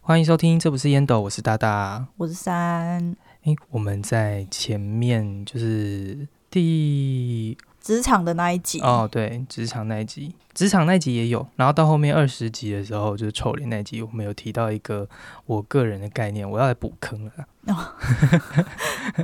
欢迎收听，这不是烟斗，我是大大。我是三，诶，我们在前面就是第职场的那一集，哦，对，职场那一集，职场那一集也有，然后到后面二十集的时候，就是臭脸那一集，我们有提到一个我个人的概念，我要来补坑了啦。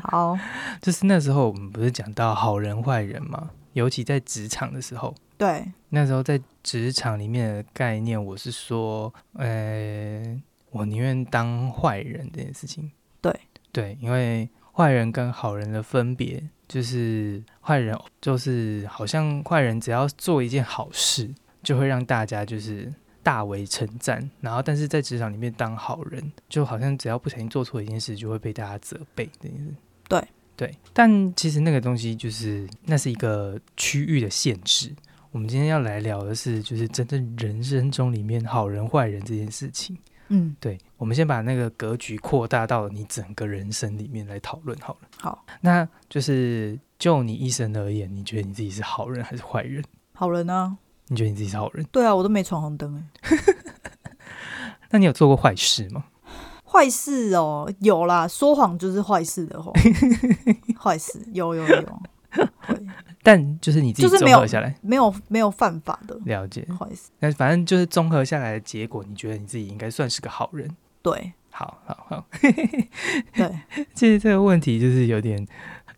好，就是那时候我们不是讲到好人坏人嘛，尤其在职场的时候，对，那时候在职场里面的概念，我是说，呃，我宁愿当坏人这件事情。对对，因为坏人跟好人的分别就是，坏人就是好像坏人只要做一件好事，就会让大家就是大为称赞，然后但是在职场里面当好人，就好像只要不小心做错一件事，就会被大家责备这件事。对对，但其实那个东西就是那是一个区域的限制。我们今天要来聊的是，就是真正人生中里面好人坏人这件事情。嗯，对，我们先把那个格局扩大到你整个人生里面来讨论好了。好，那就是就你一生而言，你觉得你自己是好人还是坏人？好人啊，你觉得你自己是好人？对啊，我都没闯红灯哎、那你有做过坏事吗？坏事哦，有啦，说谎就是坏事的 谎，坏事有有有，对，但就是你自己就是综没有合下来，没有没有犯法的了解。坏事，那反正就是综合下来的结果，你觉得你自己应该算是个好人。对好好好，对，其实这个问题就是有点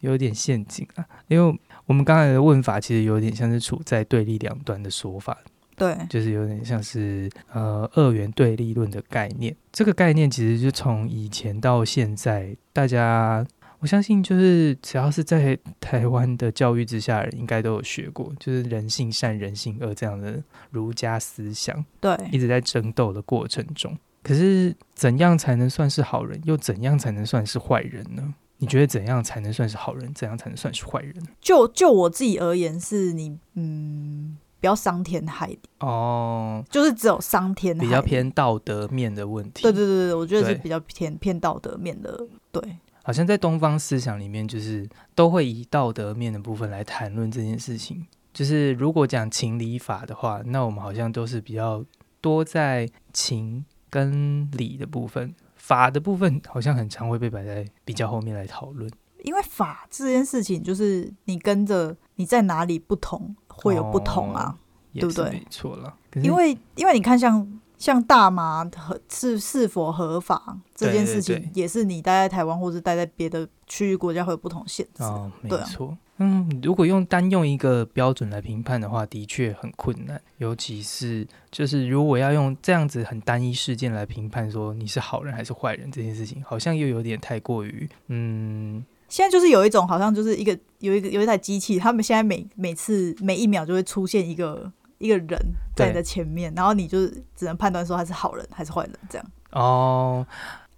有点陷阱啊，因为我们刚才的问法其实有点像是处在对立两端的说法，对，就是有点像是呃二元对立论的概念。这个概念其实就从以前到现在，大家我相信就是只要是在台湾的教育之下，应该都有学过，就是人性善、人性恶这样的儒家思想一对，直在争斗的过程中。可是怎样才能算是好人，又怎样才能算是坏人呢？你觉得怎样才能算是好人？怎样才能算是坏人？就就我自己而言，是你嗯，不要伤天害理，哦，就是只有伤天害比较理，偏道德面的问题。对对对对，我觉得是对比较偏偏道德面的，对好像在东方思想里面，就是都会以道德面的部分来谈论这件事情。就是如果讲情理法的话，那我们好像都是比较多在情跟理的部分，法的部分好像很常会被摆在比较后面来讨论。因为法这件事情，就是你跟着你在哪里不同，会有不同啊。也对不是对没错了。可是因为因为你看像，像大麻合是是否合法这件事对对情，也是你待在台湾或者待在别的区域国家会有不同限制。哦，没对啊错。嗯，如果用单用一个标准来评判的话，的确很困难。尤其是就是如果要用这样子很单一事件来评判说你是好人还是坏人这件事情，好像又有点太过于嗯，现在就是有一种好像就是一个有一个有一台机器，他们现在每每次每一秒就会出现一个一个人在对你的前面，然后你就是只能判断说他是好人还是坏人这样。哦，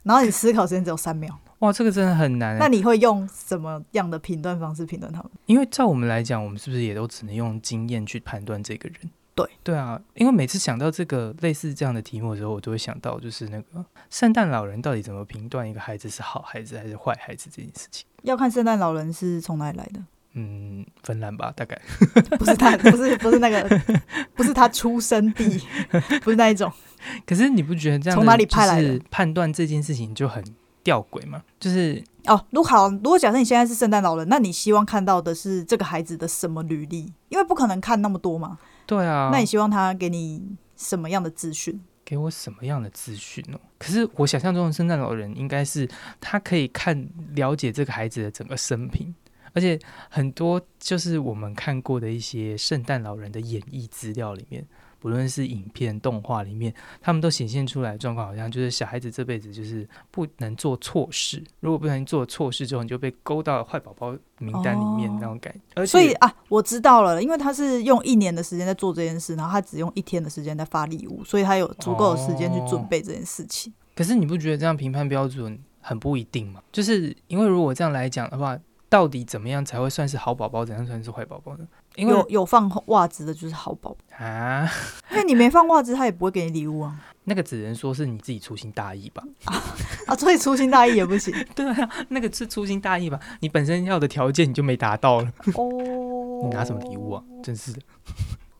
然后你思考时间只有三 秒，哇，这个真的很难那欸。你会用什么样的评断方式评断他们？因为照我们来讲，我们是不是也都只能用经验去判断这个人？对对啊，因为每次想到这个类似这样的题目的时候，我都会想到就是那个圣诞老人到底怎么评断一个孩子是好孩子还是坏孩子这件事情。要看圣诞老人是从哪里来的， 嗯，芬兰吧，大概。不是他，不是不是那个，不是他出生地， 不是那一种。可是你不觉得这样从哪里派来的？判断这件事情就很吊诡吗？就是哦，如果好，如果假设你现在是圣诞老人，那你希望看到的是这个孩子的什么履历？因为不可能看那么多嘛。对啊，那你希望他给你什么样的资讯？给我什么样的资讯哦？可是我想象中的圣诞老人应该是他可以看了解这个孩子的整个生平，而且很多就是我们看过的一些圣诞老人的演绎资料里面，不论是影片、动画里面，他们都显现出来的状况，好像就是小孩子这辈子就是不能做错事，如果不小心做错事之后，你就被勾到坏宝宝名单里面哦那种感觉。而且所以啊，我知道了，因为他是用一年的时间在做这件事，然后他只用一天的时间在发礼物，所以他有足够的时间去准备这件事情。可是你不觉得这样评判标准很不一定吗？就是因为如果这样来讲的话，到底怎么样才会算是好宝宝，怎样算是坏宝宝呢？因为有有放袜子的就是好宝宝，啊，因为你没放袜子，他也不会给你礼物啊。那个只能说是你自己粗心大意吧。啊，所以粗心大意也不行 对啊，那个是粗心大意吧？你本身要的条件你就没达到了，哦。你拿什么礼物啊？？真是的。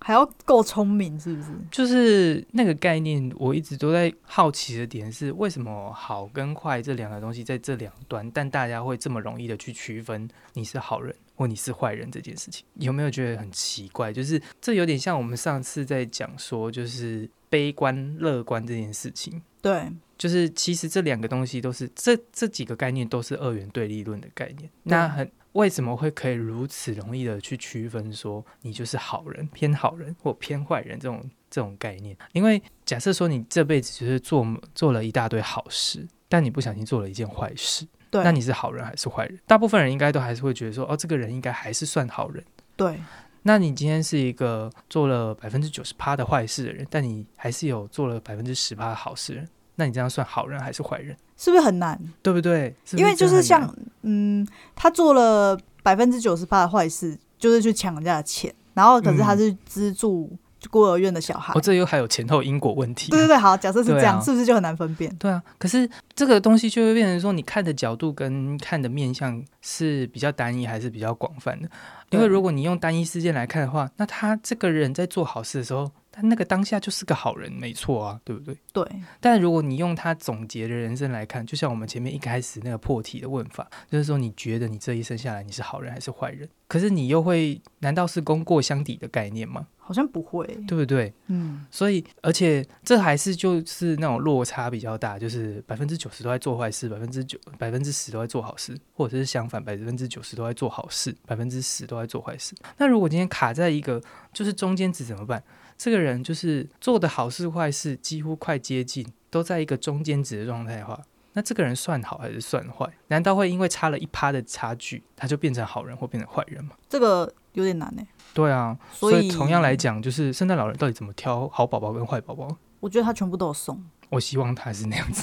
还要够聪明，是不是？就是那个概念，我一直都在好奇的点是，为什么好跟坏这两个东西在这两端，但大家会这么容易的去区分你是好人或你是坏人这件事情，有没有觉得很奇怪？就是这有点像我们上次在讲说，就是悲观乐观这件事情，对，就是其实这两个东西都是这这几个概念都是二元对立论的概念，那很。为什么会可以如此容易的去区分说你就是好人、偏好人或偏坏人这种这种概念？因为假设说你这辈子就是做做了一大堆好事，但你不小心做了一件坏事，对，那你是好人还是坏人？大部分人应该都还是会觉得说，哦，这个人应该还是算好人。对那你今天是一个做了百分之九十趴的坏事的人，但你还是有做了百分之十趴的好事人，那你这样算好人还是坏人？是不是很难？对不对？是不因为就真的是很难像，嗯，他做了百分之九十八的坏事，就是去抢人家的钱，然后可是他嗯是资助孤儿院的小孩。哦，这又还有前后因果问题。对对对，好，假设是这样，对啊是不是就很难分辨？对啊，可是这个东西就会变成说，你看的角度跟看的面向是比较单一还是比较广泛的？因为对如果你用单一事件来看的话，那他这个人在做好事的时候，他那个当下就是个好人，没错啊，对不对？对但如果你用他总结的人生来看，就像我们前面一开始那个破题的问法，就是说你觉得你这一生下来你是好人还是坏人？可是你又会，难道是功过相抵的概念吗？好像不会。对不对？嗯，所以，而且这还是就是那种落差比较大，就是百分之九十都在做坏事，百分之九百分之十都在做好事，或者是相反，百分之九十都在做好事，百分之十都在做坏事。那如果今天卡在一个就是中间值怎么办？这个人就是做的好事坏事几乎快接近，都在一个中间值的状态的话，那这个人算好还是算坏？难道会因为差了一趴的差距，他就变成好人或变成坏人吗？这个有点难呢、欸对啊，所所以以同样来，讲，就是圣诞老人到底怎么挑好宝宝跟坏宝宝？我觉得他全部都有送。我希望他是那样子。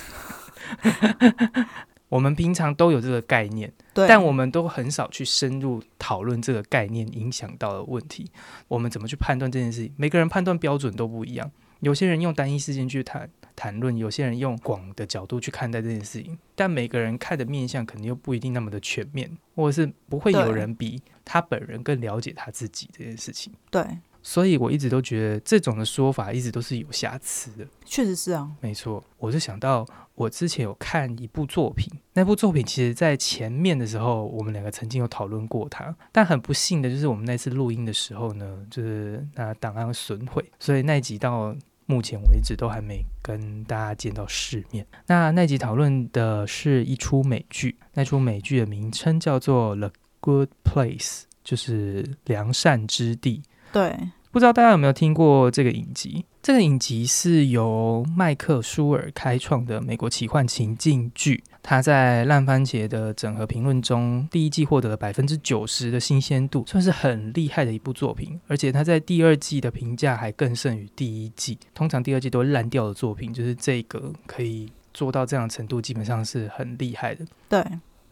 我们平常都有这个概念，对，但我们都很少去深入讨论这个概念影响到的问题。我们怎么去判断这件事情？每个人判断标准都不一样。有些人用单一事件去谈谈论，有些人用广的角度去看待这件事情，但每个人看的面向肯定又不一定那么的全面，或者是不会有对人比他本人更了解他自己这件事情。对，所以我一直都觉得这种的说法一直都是有瑕疵的。确实是啊。没错，我是想到我之前有看一部作品，那部作品其实在前面的时候，我们两个曾经有讨论过它，但很不幸的就是我们那次录音的时候呢，就是那档案损毁，所以那一集到。目前为止都还没跟大家见到世面。那那集讨论的是一出美剧，那出美剧的名称叫做《The Good Place》，就是良善之地。对，不知道大家有没有听过这个影集？这个影集是由麦克舒尔开创的美国奇幻情境剧，它在烂番茄的整合评论中，第一季获得了百分之九十的新鲜度，算是很厉害的一部作品。而且它在第二季的评价还更胜于第一季，通常第二季都会烂掉的作品，就是这个可以做到这样的程度，基本上是很厉害的。对，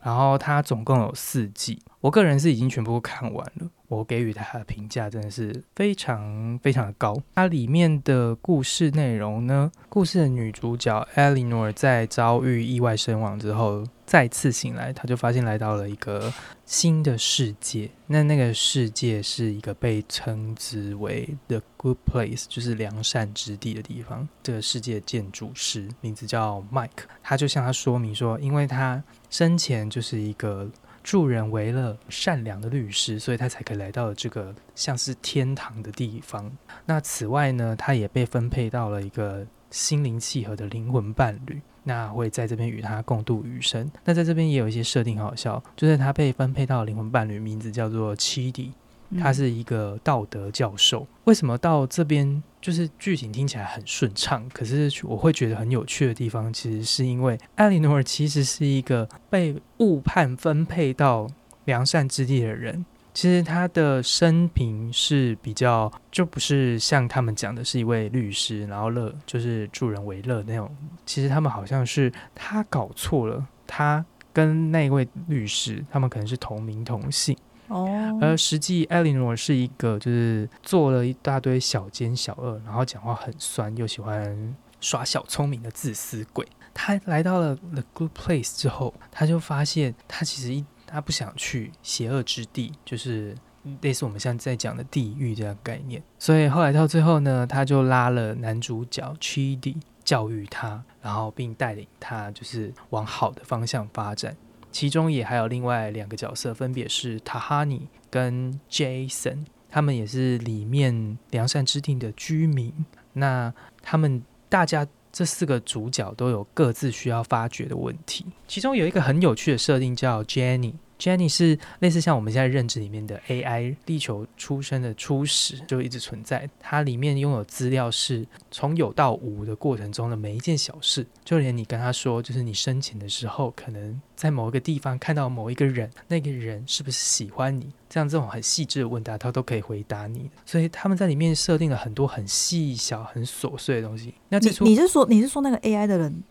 然后它总共有四季，我个人是已经全部看完了。我给予它的评价真的是非常非常的高。它里面的故事内容呢，故事的女主角 Eleanor 在遭遇意外身亡之后，再次醒来，她就发现来到了一个新的世界。那那个世界是一个被称之为 The Good Place，就是良善之地的地方。这个世界建筑师名字叫 Mike，他就向他说明说，因为他生前就是一个助人为乐、善良的律师，所以他才可以来到这个像是天堂的地方。那此外呢，他也被分配到了一个心灵契合的灵魂伴侣。那会在这边与他共度余生。那在这边也有一些设定很好笑，就是他被分配到的灵魂伴侣，名字叫做 Chidi，嗯他是一个道德教授。为什么到这边就是剧情听起来很顺畅，可是我会觉得很有趣的地方，其实是因为艾莉诺尔其实是一个被误判分配到良善之地的人。其实他的生平是比较，就不是像他们讲的是一位律师，然后乐就是助人为乐那种。其实他们好像是他搞错了，他跟那位律师，他们可能是同名同姓。哦，而实际艾莉诺是一个就是做了一大堆小奸小恶，然后讲话很酸，又喜欢耍小聪明的自私鬼。他来到了 The Good Place 之后，他就发现他其实一他不想去邪恶之地，就是类似我们现在在讲的地狱这样的概念。所以后来到最后呢，他就拉了男主角 Chidi 教育他，然后并带领他就是往好的方向发展。其中也还有另外两个角色，分别是 Tahani 跟 Jason，他们也是里面良善之地的居民。那他们大家这四个主角都有各自需要发掘的问题，其中有一个很有趣的设定叫 Jenny。Jenny 是类似像我们现在认知里面的 AI 地球出生的初始就一直存在，它里面拥有资料是从有到无的过程中的每一件小事，就连你跟他说，就是你生前的时候，可能在某一个地方看到某一个人，那个人是不是喜欢你，这样这种很细致的问答，他都可以回答你。所以他们在里面设定了很多很细小、很琐碎的东西。那这出你你是说你是说那个 AI 的人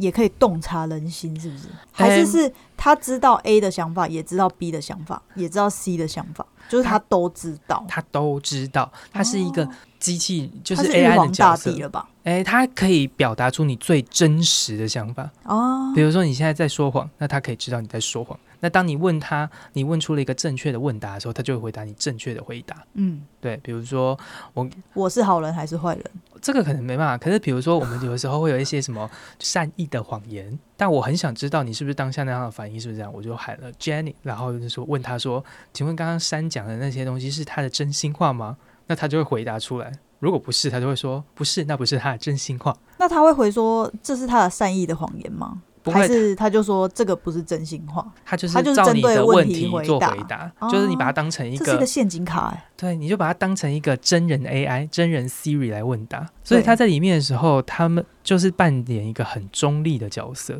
也可以洞察人心，是不呃是？还是是他知道 A 的想法，也知道 B 的想法，也知道 C 的想法，就是他都知道。他都知道，他是一个哦机器，就他是是 AI 玉的皇角大色帝。啊了吧？哎，它可以表达出你最真实的想法。哦比，如说你现在在说谎，那它可以知道你在说谎。那当你问他，你问出了一个正确的问答的时候，它就会回答你正确的回答。嗯，对，比如说我是好人还是坏人？这个可能没办法，可是比如说我们有的时候会有一些什么 善意的谎言，但我很想知道你是不是当下那样的反应是不是这样，我就喊了 Jenny，然后就说问他说，请问刚刚山讲的那些东西是他的真心话吗？那他就会回答出来。如果不是，他就会说不是，那不是他的真心话。那他会回说这是他的善意的谎言吗？不还会，是他就说这个不是真心话？他就是他就是照针你对的问问题题回做答回答，就是你把它当成一这是一个个陷阱卡哎、对，你就把它当成一个真人 AI、真人 Siri 来问答。所以对他在里面的时候，他们就是扮演一个很中立的角色，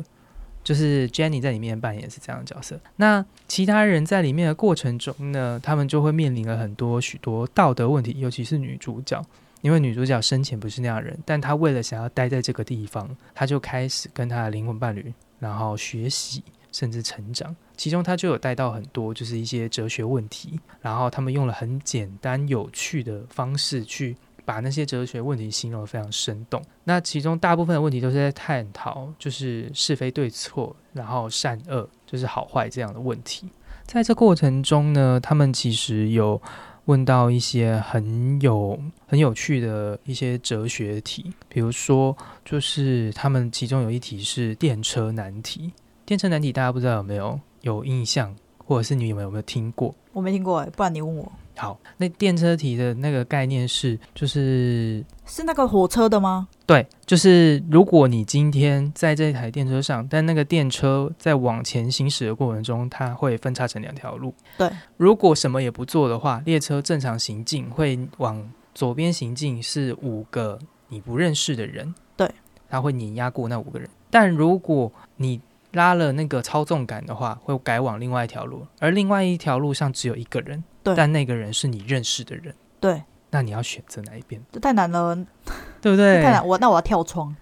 就是 Jenny 在里面扮演是这样的角色。那其他人在里面的过程中呢，他们就会面临了很多许多道德问题，尤其是女主角。因为女主角生前不是那样的人，但她为了想要待在这个地方，她就开始跟她的灵魂伴侣，然后学习甚至成长。其中她就有带到很多就是一些哲学问题，然后他们用了很简单有趣的方式去把那些哲学问题形容得非常生动。那其中大部分的问题都是在探讨就是是非对错，然后善恶就是好坏这样的问题。在这过程中呢，他们其实有问到一些很有很有趣的一些哲学题，比如说，就是他们其中有一题是电车难题。电车难题大家不知道有没有有印象，或者是你有没有有没有听过？我没听过哎、不然你问我好，那电车题的那个概念是，就是是那个火车的吗？对，就是如果你今天在这台电车上，但那个电车在往前行驶的过程中，它会分叉成两条路。对，如果什么也不做的话，列车正常行进会往左边行进是五个你不认识的人，对，它会碾压过那五个人。但如果你拉了那个操纵杆的话，会改往另外一条路，而另外一条路上只有一个人，对但那个人是你认识的人，对，那你要选择哪一边，这太难了，对不这对？太难，我那我要跳窗，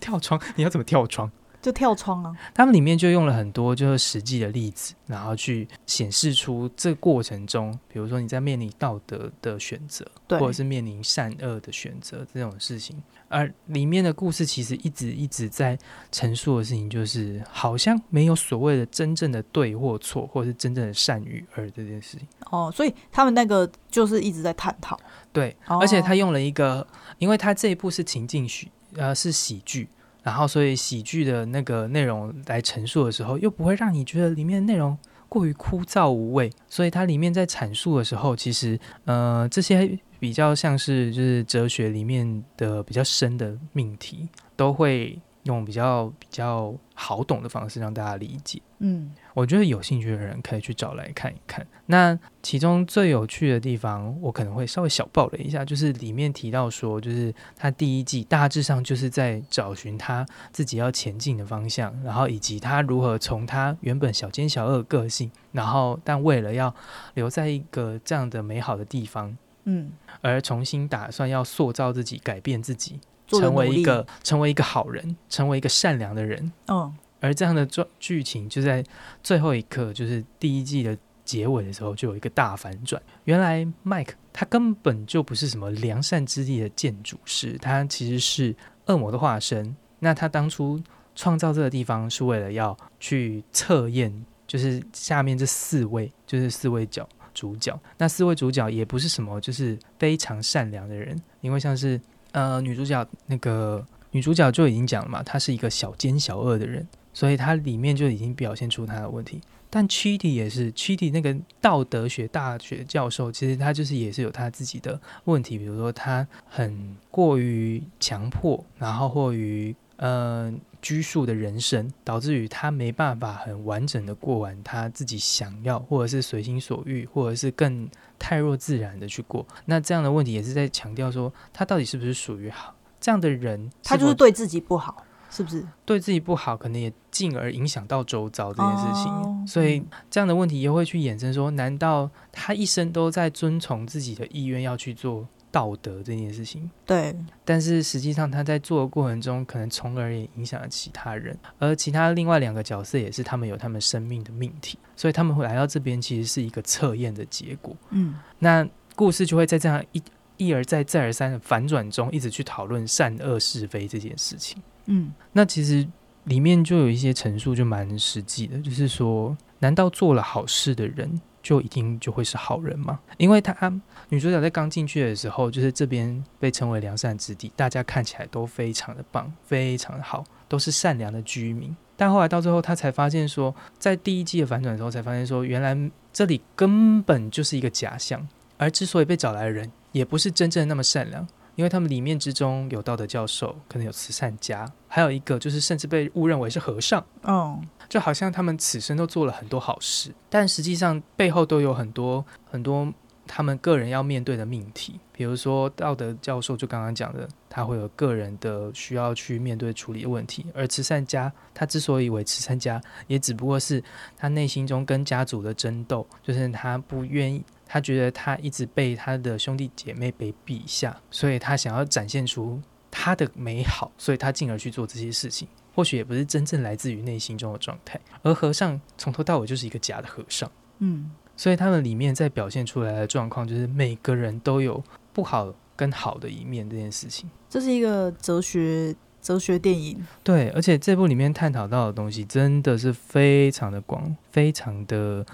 跳窗，你要怎么跳窗？就跳窗啊！他们里面就用了很多就是实际的例子，然后去显示出这过程中，比如说你在面临道德的选择，对，或者是面临善恶的选择这种事情。而里面的故事其实一直一直在陈述的事情，就是好像没有所谓的真正的对或错，或者是真正的善与恶这件事情。哦，所以他们那个就是一直在探讨，对，哦而且他用了一个，因为他这一部是情境喜，呃，是喜剧，然后所以喜剧的那个内容来陈述的时候，又不会让你觉得里面内容过于枯燥无味，所以它里面在阐述的时候，其实呃，这些比较像是就是哲学里面的比较深的命题，都会用比较比较好懂的方式让大家理解。嗯，我觉得有兴趣的人可以去找来看一看。那其中最有趣的地方，我可能会稍微小爆雷一下，就是里面提到说，就是他第一季大致上就是在找寻他自己要前进的方向，然后以及他如何从他原本小奸小恶的个性，然后但为了要留在一个这样的美好的地方，嗯，而重新打算要塑造自己、改变自己，做得成为努一力个成为一个好人，成为一个善良的人。嗯，而这样的状剧情就在最后一刻，就是第一季的结尾的时候，就有一个大反转。原来 Mike 他根本就不是什么良善之地的建筑师，他其实是恶魔的化身。那他当初创造这个地方是为了要去测验，就是下面这四位，就是四位角主角。那四位主角也不是什么就是非常善良的人，因为像是呃女主角那个女主角就已经讲了嘛，她是一个小奸小恶的人，所以她里面就已经表现出她的问题。但 Chidi 也是，Chidi 那个道德学大学教授，其实他就是也是有他自己的问题，比如说他很过于强迫，然后过于呃拘束的人生，导致于他没办法很完整的过完他自己想要，或者是随心所欲，或者是更太弱自然的去过。那这样的问题也是在强调说，他到底是不是属于好这样的人？他就是对自己不好。是不是对自己不好，可能也进而影响到周遭这件事情哦，oh, 所以这样的问题也会去衍生说：难道他一生都在遵从自己的意愿要去做道德这件事情？对但是实际上他在做的过程中，可能从而也影响了其他人，而其他另外两个角色也是他们有他们生命的命题，所以他们会来到这边其实是一个测验的结果。嗯，那故事就会在这样一一而再、再而三的反转中，一直去讨论善恶是非这件事情。嗯那其实里面就有一些陈述就蛮实际的，就是说，难道做了好事的人就一定就会是好人吗？因为他女主角在刚进去的时候，就是这边被称为良善之地，大家看起来都非常的棒，非常的好，都是善良的居民。但后来到最后，他才发现说，在第一季的反转的时候，才发现说，原来这里根本就是一个假象。而之所以被找来的人，也不是真正的那么善良，因为他们里面之中有道德教授，可能有慈善家，还有一个就是甚至被误认为是和尚，哦，就好像他们此生都做了很多好事，但实际上背后都有很多很多他们个人要面对的命题。比如说道德教授就刚刚讲的，他会有个人的需要去面对处理的问题，而慈善家他之所以为慈善家，也只不过是他内心中跟家族的争斗，就是他不愿意。他觉得他一直被他的兄弟姐妹被比下，所以他想要展现出他的美好，所以他进而去做这些事情。或许也不是真正来自于内心中的状态。而和尚从头到尾就是一个假的和尚，嗯所以他们里面在表现出来的状况，就是每个人都有不好跟好的一面这件事情。这是一个哲学哲学电影，对，而且这部里面探讨到的东西真的是非常的广，非常的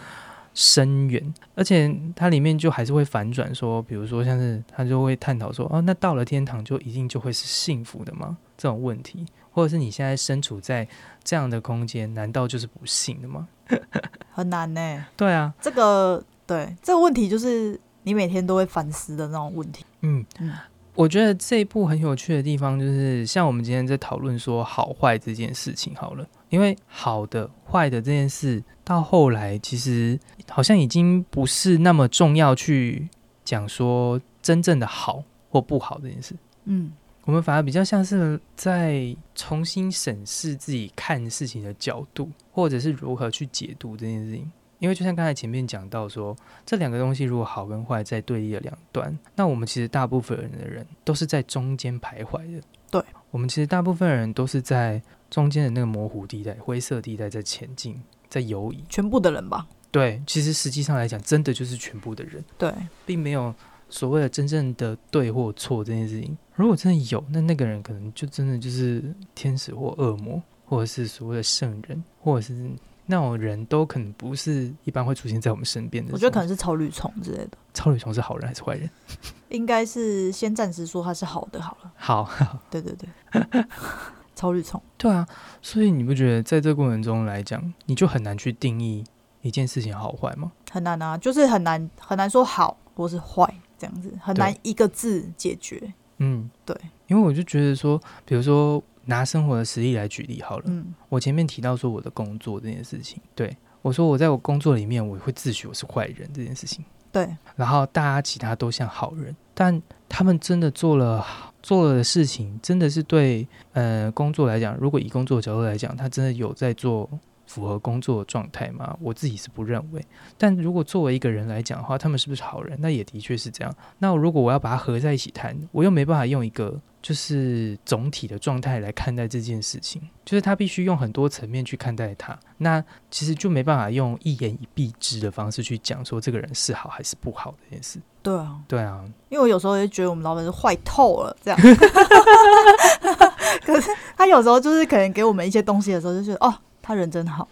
深远，而且它里面就还是会反转说，比如说像是他就会探讨说，哦，那到了天堂就一定就会是幸福的吗？这种问题，或者是你现在身处在这样的空间，难道就是不幸的吗？很难呢、对啊，这个对这个问题就是你每天都会反思的那种问题。嗯嗯，我觉得这一部很有趣的地方就是，像我们今天在讨论说好坏这件事情好了，因为好的坏的这件事到后来其实好像已经不是那么重要去讲说真正的好或不好这件事，嗯我们反而比较像是在重新审视自己看事情的角度，或者是如何去解读这件事情。因为就像刚才前面讲到说，这两个东西如果好跟坏在对立的两端，那我们其实大部分人的人都是在中间徘徊的。对，我们其实大部分人都是在中间的那个模糊地带、灰色地带在前进，在游移。全部的人吧，对，其实实际上来讲，真的就是全部的人。对，并没有所谓的真正的对或错这件事情。如果真的有，那那个人可能就真的就是天使或恶魔，或者是所谓的圣人，或者是那种人都可能不是一般会出现在我们身边的。我觉得可能是草履虫之类的，超女虫是好人还是坏人？应该是先暂时说它是好的好了。好， 对对对，草履虫，对啊，所以你不觉得在这过程中来讲，你就很难去定义一件事情好坏吗？很难啊，就是很难很难说好或是坏这样子，很难一个字解决。嗯，对，因为我就觉得说，比如说拿生活的实例来举例好了，嗯我前面提到说我的工作这件事情，对我说我在我工作里面我会自诩我是坏人这件事情，对，然后大家其他都像好人，但他们真的做了做了的事情，真的是对呃工作来讲，如果以工作角度来讲，他真的有在做符合工作的状态吗？我自己是不认为。但如果作为一个人来讲的话，他们是不是好人？那也的确是这样。那如果我要把它合在一起谈，我又没办法用一个就是总体的状态来看待这件事情，就是他必须用很多层面去看待它。那其实就没办法用一言以蔽之的方式去讲说这个人是好还是不好这件事。对啊，对啊，因为我有时候也觉得我们老板是坏透了这样， 可是他有时候就是可能给我们一些东西的时候，就觉得哦，他人真好，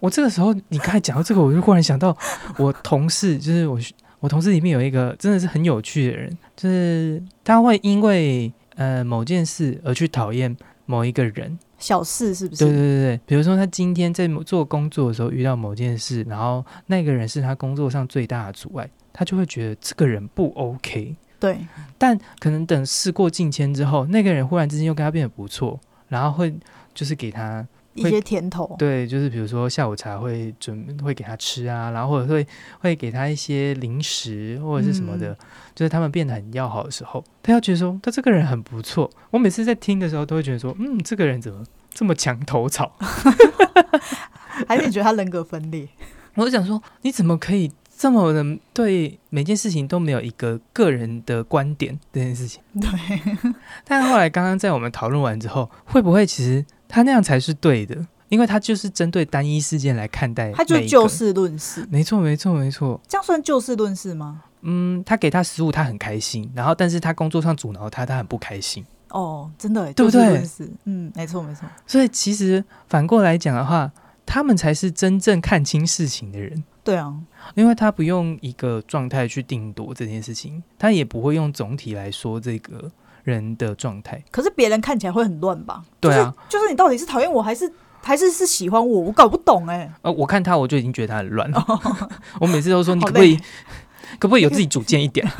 我这个时候，你刚才讲到这个，我就忽然想到，我同事就是我，我同事里面有一个真的是很有趣的人，就是他会因为呃某件事而去讨厌某一个人。小事是不是？对对对对，比如说他今天在某做工作的时候遇到某件事，然后那个人是他工作上最大的阻碍，他就会觉得这个人不 OK。对但可能等事过境迁之后，那个人忽然之间又跟他变得不错，然后会就是给他一会些甜头，对，就是比如说下午茶会准会给他吃啊，然后或者会会给他一些零食或者是什么的，嗯就是他们变得很要好的时候，他要觉得说他这个人很不错。我每次在听的时候都会觉得说，嗯，这个人怎么这么墙头草？还是你觉得他人格分 裂？我就想说，你怎么可以这么的对每件事情都没有一个个人的观点这件事情？对， 但后来刚刚在我们讨论完之后，会不会其实他那样才是对的？因为他就是针对单一事件来看待每一个，他就就事论事，没错，没错，没错。这样算就事论事吗？嗯，他给他食物，他很开心，然后但是他工作上阻挠他，他很不开心。哦，真的耶，对不就事对论事，嗯，没错没错，所以其实反过来讲的话，他们才是真正看清事情的人，对啊，因为他不用一个状态去定夺这件事情，他也不会用总体来说这个人的状态。可是别人看起来会很乱吧？对啊，就是，就是你到底是讨厌我还是还是是喜欢我？我搞不懂哎、呃，我看他我就已经觉得他很乱了。 我每次都说你哦好可不可以累， 可不可以有自己主见一点？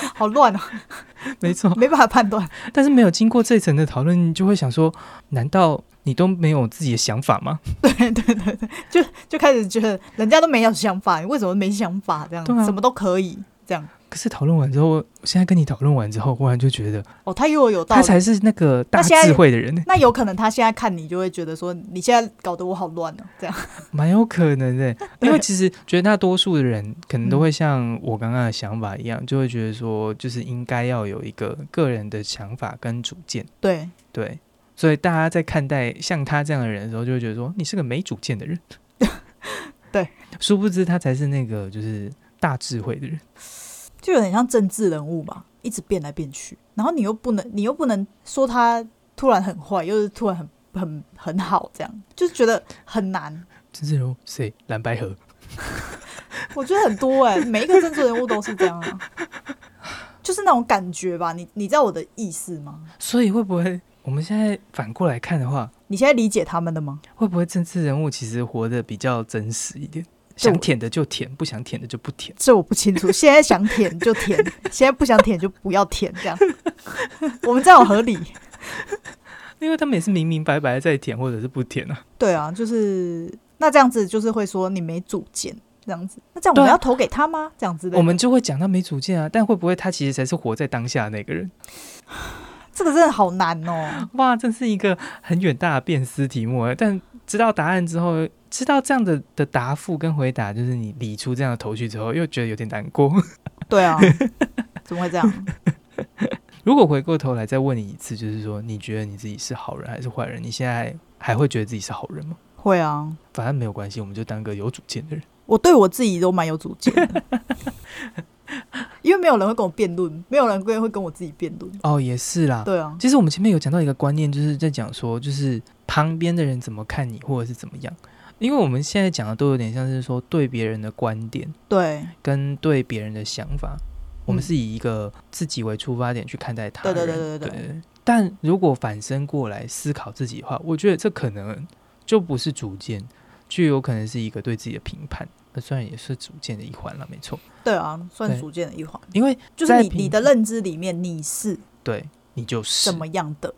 好乱啊， 没错，没办法判断。但是没有经过这一层的讨论，你就会想说，难道你都没有自己的想法吗？对对对对，就就开始觉得人家都没有想法，你为什么没想法？这样、对啊什么都可以这样。可是讨论完之后，我现在跟你讨论完之后，忽然就觉得哦，他又有道他理。才是那个大那现在智慧的人，那有可能他现在看你就会觉得说，你现在搞得我好乱哦、这样。蛮有可能 的。因为其实绝大多数的人可能都嗯会像我刚刚的想法一样，就会觉得说，就是应该要有一个个人的想法跟主见，对，对。所以大家在看待像他这样的人的时候，就会觉得说你是个没主见的人。 对，殊不知他才是那个就是大智慧的人。就有点像政治人物嘛，一直变来变去，然后你又不能，你又不能说他突然很坏，又是突然很很很好，这样就是觉得很难。政治人物哦谁？蓝白河。我觉得很多哎、每一个政治人物都是这样啊，就是那种感觉吧。你你知道我的意思吗？所以会不会我们现在反过来看的话，你现在理解他们了吗？会不会政治人物其实活得比较真实一点？这我想舔的就舔，不想舔的就不舔。这我不清楚。现在想舔就舔，现在不想舔就不要舔，这样 我们这样有合理。因为他们也是明明白白地在舔，或者是不舔啊。对啊，就是那这样子，就是会说你没主见这样子。那这样我对们啊要投给他吗？这样子的，我们就会讲他没主见啊，但会不会他其实才是活在当下的那个人？这个真的好难哦。哇，这是一个很远大的辨识题目啊！但知道答案之后，知道这样的的答复跟回答，就是你理出这样的头绪之后，又觉得有点难过。 对啊，怎么会这样？如果回过头来再问你一次，就是说，你觉得你自己是好人还是坏人？你现在还会觉得自己是好人吗？会啊，反正没有关系，我们就当个有主见的人。我对我自己都蛮有主见的， 因为没有人会跟我辩论，没有人会会跟我自己辩论。哦，也是啦。对啊，其实我们前面有讲到一个观念，就是在讲说，就是旁边的人怎么看你，或者是怎么样。因为我们现在讲的都有点像是说对别人的观点对跟对别人的想法，我们嗯是以一个自己为出发点去看待他对人。对对对对对对但如果反身过来思考自己的话，我觉得这可能就不是主见，就有可能是一个对自己的评判。那虽然也是主见的一环了，没错，对啊，算对主见的一环。因为就是在你评你的认知里面你是对你就是什么样的？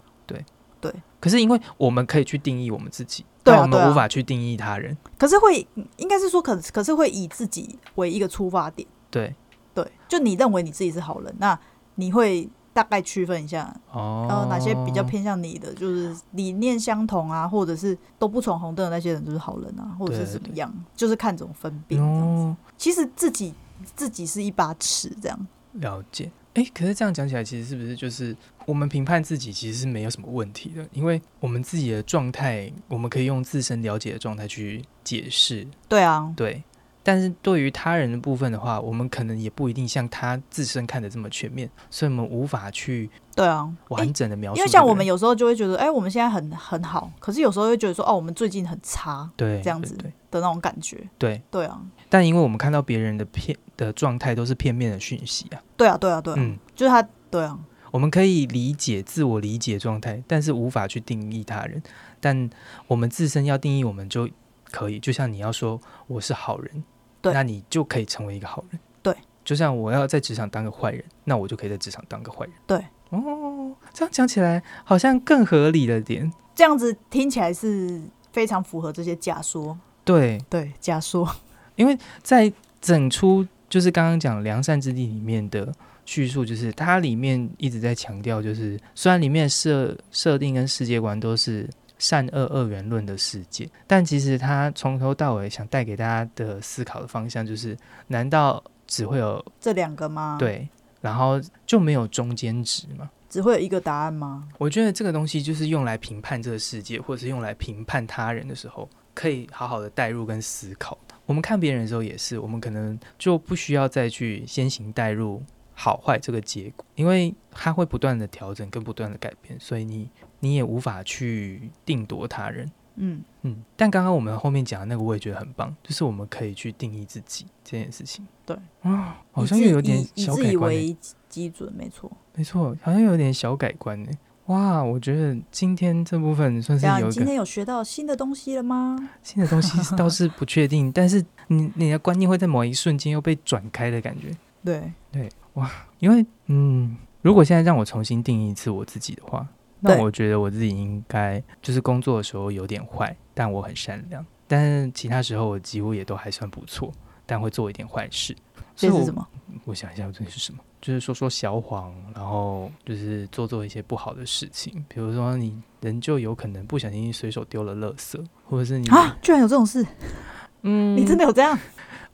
可是因为我们可以去定义我们自己，对啊但我对啊们无法去定义他人。可是会应该是说可可是会以自己为一个出发点，对，对，就你认为你自己是好人，那你会大概区分一下，哦，然后哪些比较？偏向你的，就是理念相同啊，或者是都不闯红灯的那些人就是好人啊，或者是对怎么对样，就是看怎么分辨这样子。哦，其实自己自己是一把尺，这样了解。哎，可是这样讲起来，其实是不是就是我们评判自己其实是没有什么问题的？因为我们自己的状态，我们可以用自身了解的状态去解释，对啊，对。但是对于他人的部分的话，我们可能也不一定像他自身看的这么全面，所以我们无法去对啊，完整的描述、因为像我们有时候就会觉得，哎、我们现在很很好，可是有时候会觉得说，哦，我们最近很差对这样子对的那种感觉。对对，对啊，但因为我们看到别人的片的状态都是片面的讯息啊，对啊，对啊，对啊，嗯，就是他，对啊，我们可以理解自我理解状态，但是无法去定义他人。但我们自身要定义，我们就可以。就像你要说我是好人，对那你就可以成为一个好人。对，就像我要在职场当个坏人，那我就可以在职场当个坏人。对，哦，这样讲起来好像更合理了点。这样子听起来是非常符合这些假说。对，对，假说， 在整出就是刚刚讲《良善之地》里面的叙述，就是它里面一直在强调，就是虽然里面设设定跟世界观都是善恶二元论的世界，但其实它从头到尾想带给大家的思考的方向就是：难道只会有这两个吗？，对，然后就没有中间值吗？只会有一个答案吗？我觉得这个东西就是用来评判这个世界，或者是用来评判他人的时候，可以好好的带入跟思考。我们看别人的时候也是，我们可能就不需要再去先行带入好坏这个结果，因为它会不断的调整跟不断的改变，所以你你也无法去定夺他人。嗯，嗯，但刚刚我们后面讲的那个，我也觉得很棒，就是我们可以去定义自己这件事情。对，啊，好以像自又有点以以小自改以观欸、为基准，没错。没错，好像有点小改观呢。哇，我觉得今天这部分算这是样，有啊你一今个天有学到新的东西了吗？新的东西，倒是不确定， 但是你你的观念会在某一瞬间又被转开的感觉。对，因为，嗯，如果现在让我重新定义一次我自己的话，那对我觉得我自己应该就是工作的时候有点坏，但我很善良；但是其他时候我几乎也都还算不错，但会做一点坏事。所这以是我什么？我想一下，我这里是什么？就是说说小谎，然后就是做做一些不好的事情，比如说你人就有可能不小心随手丢了垃圾，或者是你啊，居然有这种事！嗯，你真的有这样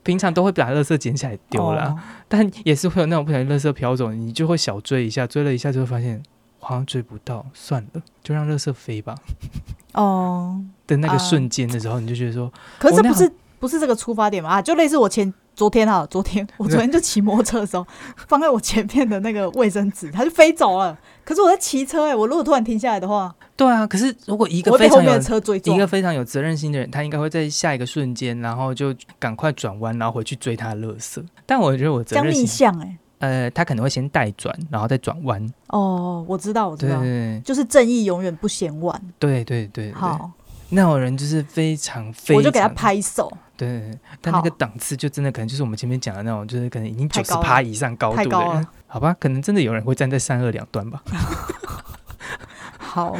平常都会把垃圾捡起来丢啊啦，哦但也是会有那种不小心垃圾飘走，你就会小追一下，追了一下就会发现好像追不到，算了，就让垃圾飞吧。哦，的那个啊瞬间的时候，你就觉得说，可是我这那不是不是这个出发点嘛？啊，就类似我前昨天啊，昨天我昨天就骑摩托车的时候，放在我前面的那个卫生纸，它就飞走了。可是我在骑车哎、我如果突然停下来的话，对啊，可是如果一我个会非被后常面有的车追一撞个。非常有责任心的人，他应该会在下一个瞬间，然后就赶快转弯，然后回去追他的垃圾。但我觉得我这责样任逆心，向哎、呃，他可能会先带转，然后再转弯。哦，我知道，我知对道，对就是正义永远不嫌晚。对对对对，好，那种人就是非常非常，我就给他。拍手，对对对，但那个好档次就真的可能就是我们前面讲的那种，就是可能已经太九十高了趴以上高太度的高人了，好吧？可能真的有人会站在善恶两端吧。好，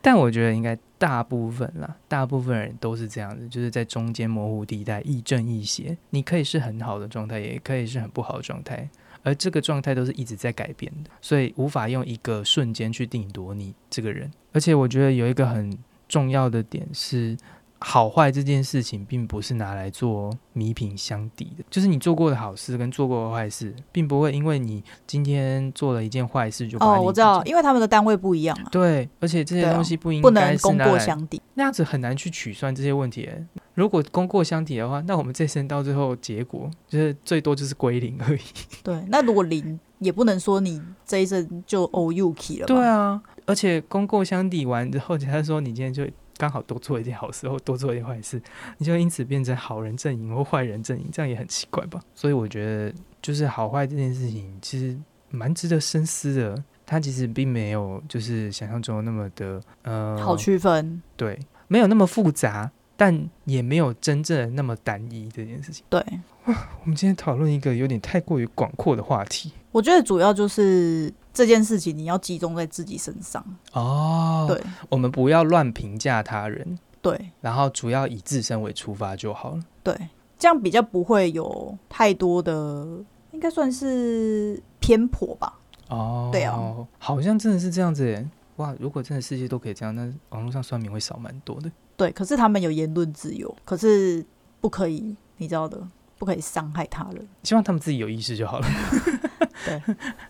但我觉得应该大部分啦，大部分人都是这样子，就是在中间模糊地带，亦正亦邪。你可以是很好的状态，也可以是很不好的状态，而这个状态都是一直在改变的，所以无法用一个瞬间去定夺你这个人。而且我觉得有一个很重要的点是。好坏这件事情，并不是拿来做弥平相抵的，就是你做过的好事跟做过的坏事，并不会因为你今天做了一件坏事就把哦，你我知道，自己因为他们的单位不一样啊，对，而且这些对啊东西不应不该能是功拿过来相抵。那样子很难去取算这些问题欸。如果功过相抵的话，那我们这生到最后结果就是最多就是归零而已。对，那如果零，也不能说你这一生就 O U K 了吧。对啊，而且功过相抵完之后，假如说你今天就刚好多做一件好事或多做一件坏事，你就因此变成好人阵营或坏人阵营，这样也很奇怪吧？所以我觉得就是好坏这件事情其实蛮值得深思的。它其实并没有就是想象中那么的呃好区分，对，没有那么复杂，但也没有真正的那么单一这件事情。对，我们今天讨论一个有点太过于广阔的话题我觉得主要就是这件事情你要集中在自己身上。哦对我们不要乱评价他人，对然后主要以自身为出发就好了。对，这样比较不会有太多的，应该算是偏颇吧。哦，对啊，好像真的是这样子耶。哇，如果真的世界都可以这样，那网络上酸民会少蛮多的。对，可是他们有言论自由，可是不可以，你知道的，不可以伤害他人。希望他们自己有意识就 好了。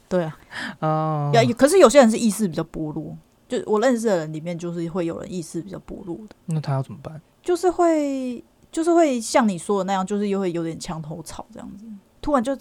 对啊，哦， 要、可是有些人是意识比较薄弱，就我认识的人里面，就是会有人意识比较薄弱的，那他要怎么办？就是会。就是会像你说的那样，就是又会有点墙头草这样子，突然就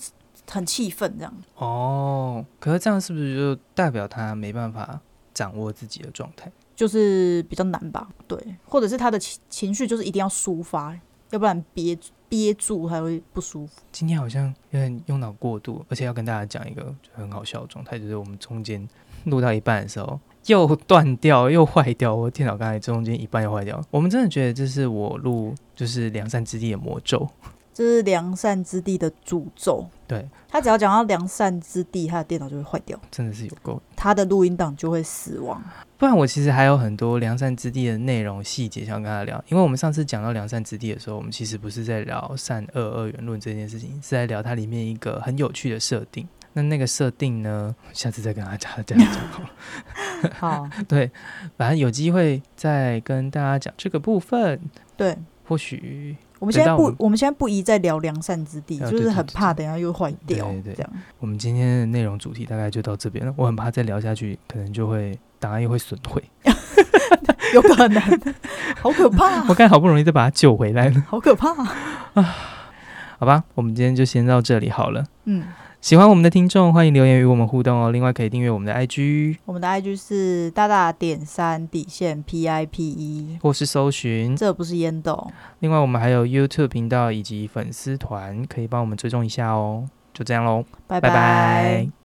很气愤这样。哦，可是这样是不是就代表他没办法掌握自己的状态？就是比较难吧，对，或者是他的情情绪就是一定要抒发，要不然憋憋住他会不舒服。今天好像有点用脑过度，而且要跟大家讲一个很好笑的状态，就是我们中间录到一半的时候又断掉又坏掉，我电脑刚才中间一半又坏掉。 我们真的觉得这是我录就是良善之地的魔咒，这是良善之地的诅咒，对，他只要讲到良善之地，他的电脑就会坏掉，真的是有够。他的录音档就会死 亡。不然我其实还有很多良善之地的内容细节想跟他聊，因为我们上次讲到良善之地的时候，我们其实不是在聊善恶二元论这件事情，是在聊它里面一个很有趣的设定。那那个设定呢，下次再跟大家讲讲好了。好，对，反正有机会再跟大家讲这个部分，对，或许我们现在等到我不们，我们现在不宜再聊良善之地，啊就是对很对对怕等一下又坏掉对对对这样。我们今天的内容主题大概就到这边了。我很怕再聊下去，可能就会档案又会损毁。有可能， 好可怕，我刚才好不容易再把它救回来了，好可怕。好吧，我们今天就先到这里好了。嗯，喜欢我们的听众，欢迎留言与我们互动哦。另外，可以订阅我们的 IG，我们的 IG 是大大点三底线 P I P E，或是搜寻。这不是烟斗。另外，我们还有 YouTube 频道以及粉丝团，可以帮我们追踪一下哦。就这样喽，拜拜拜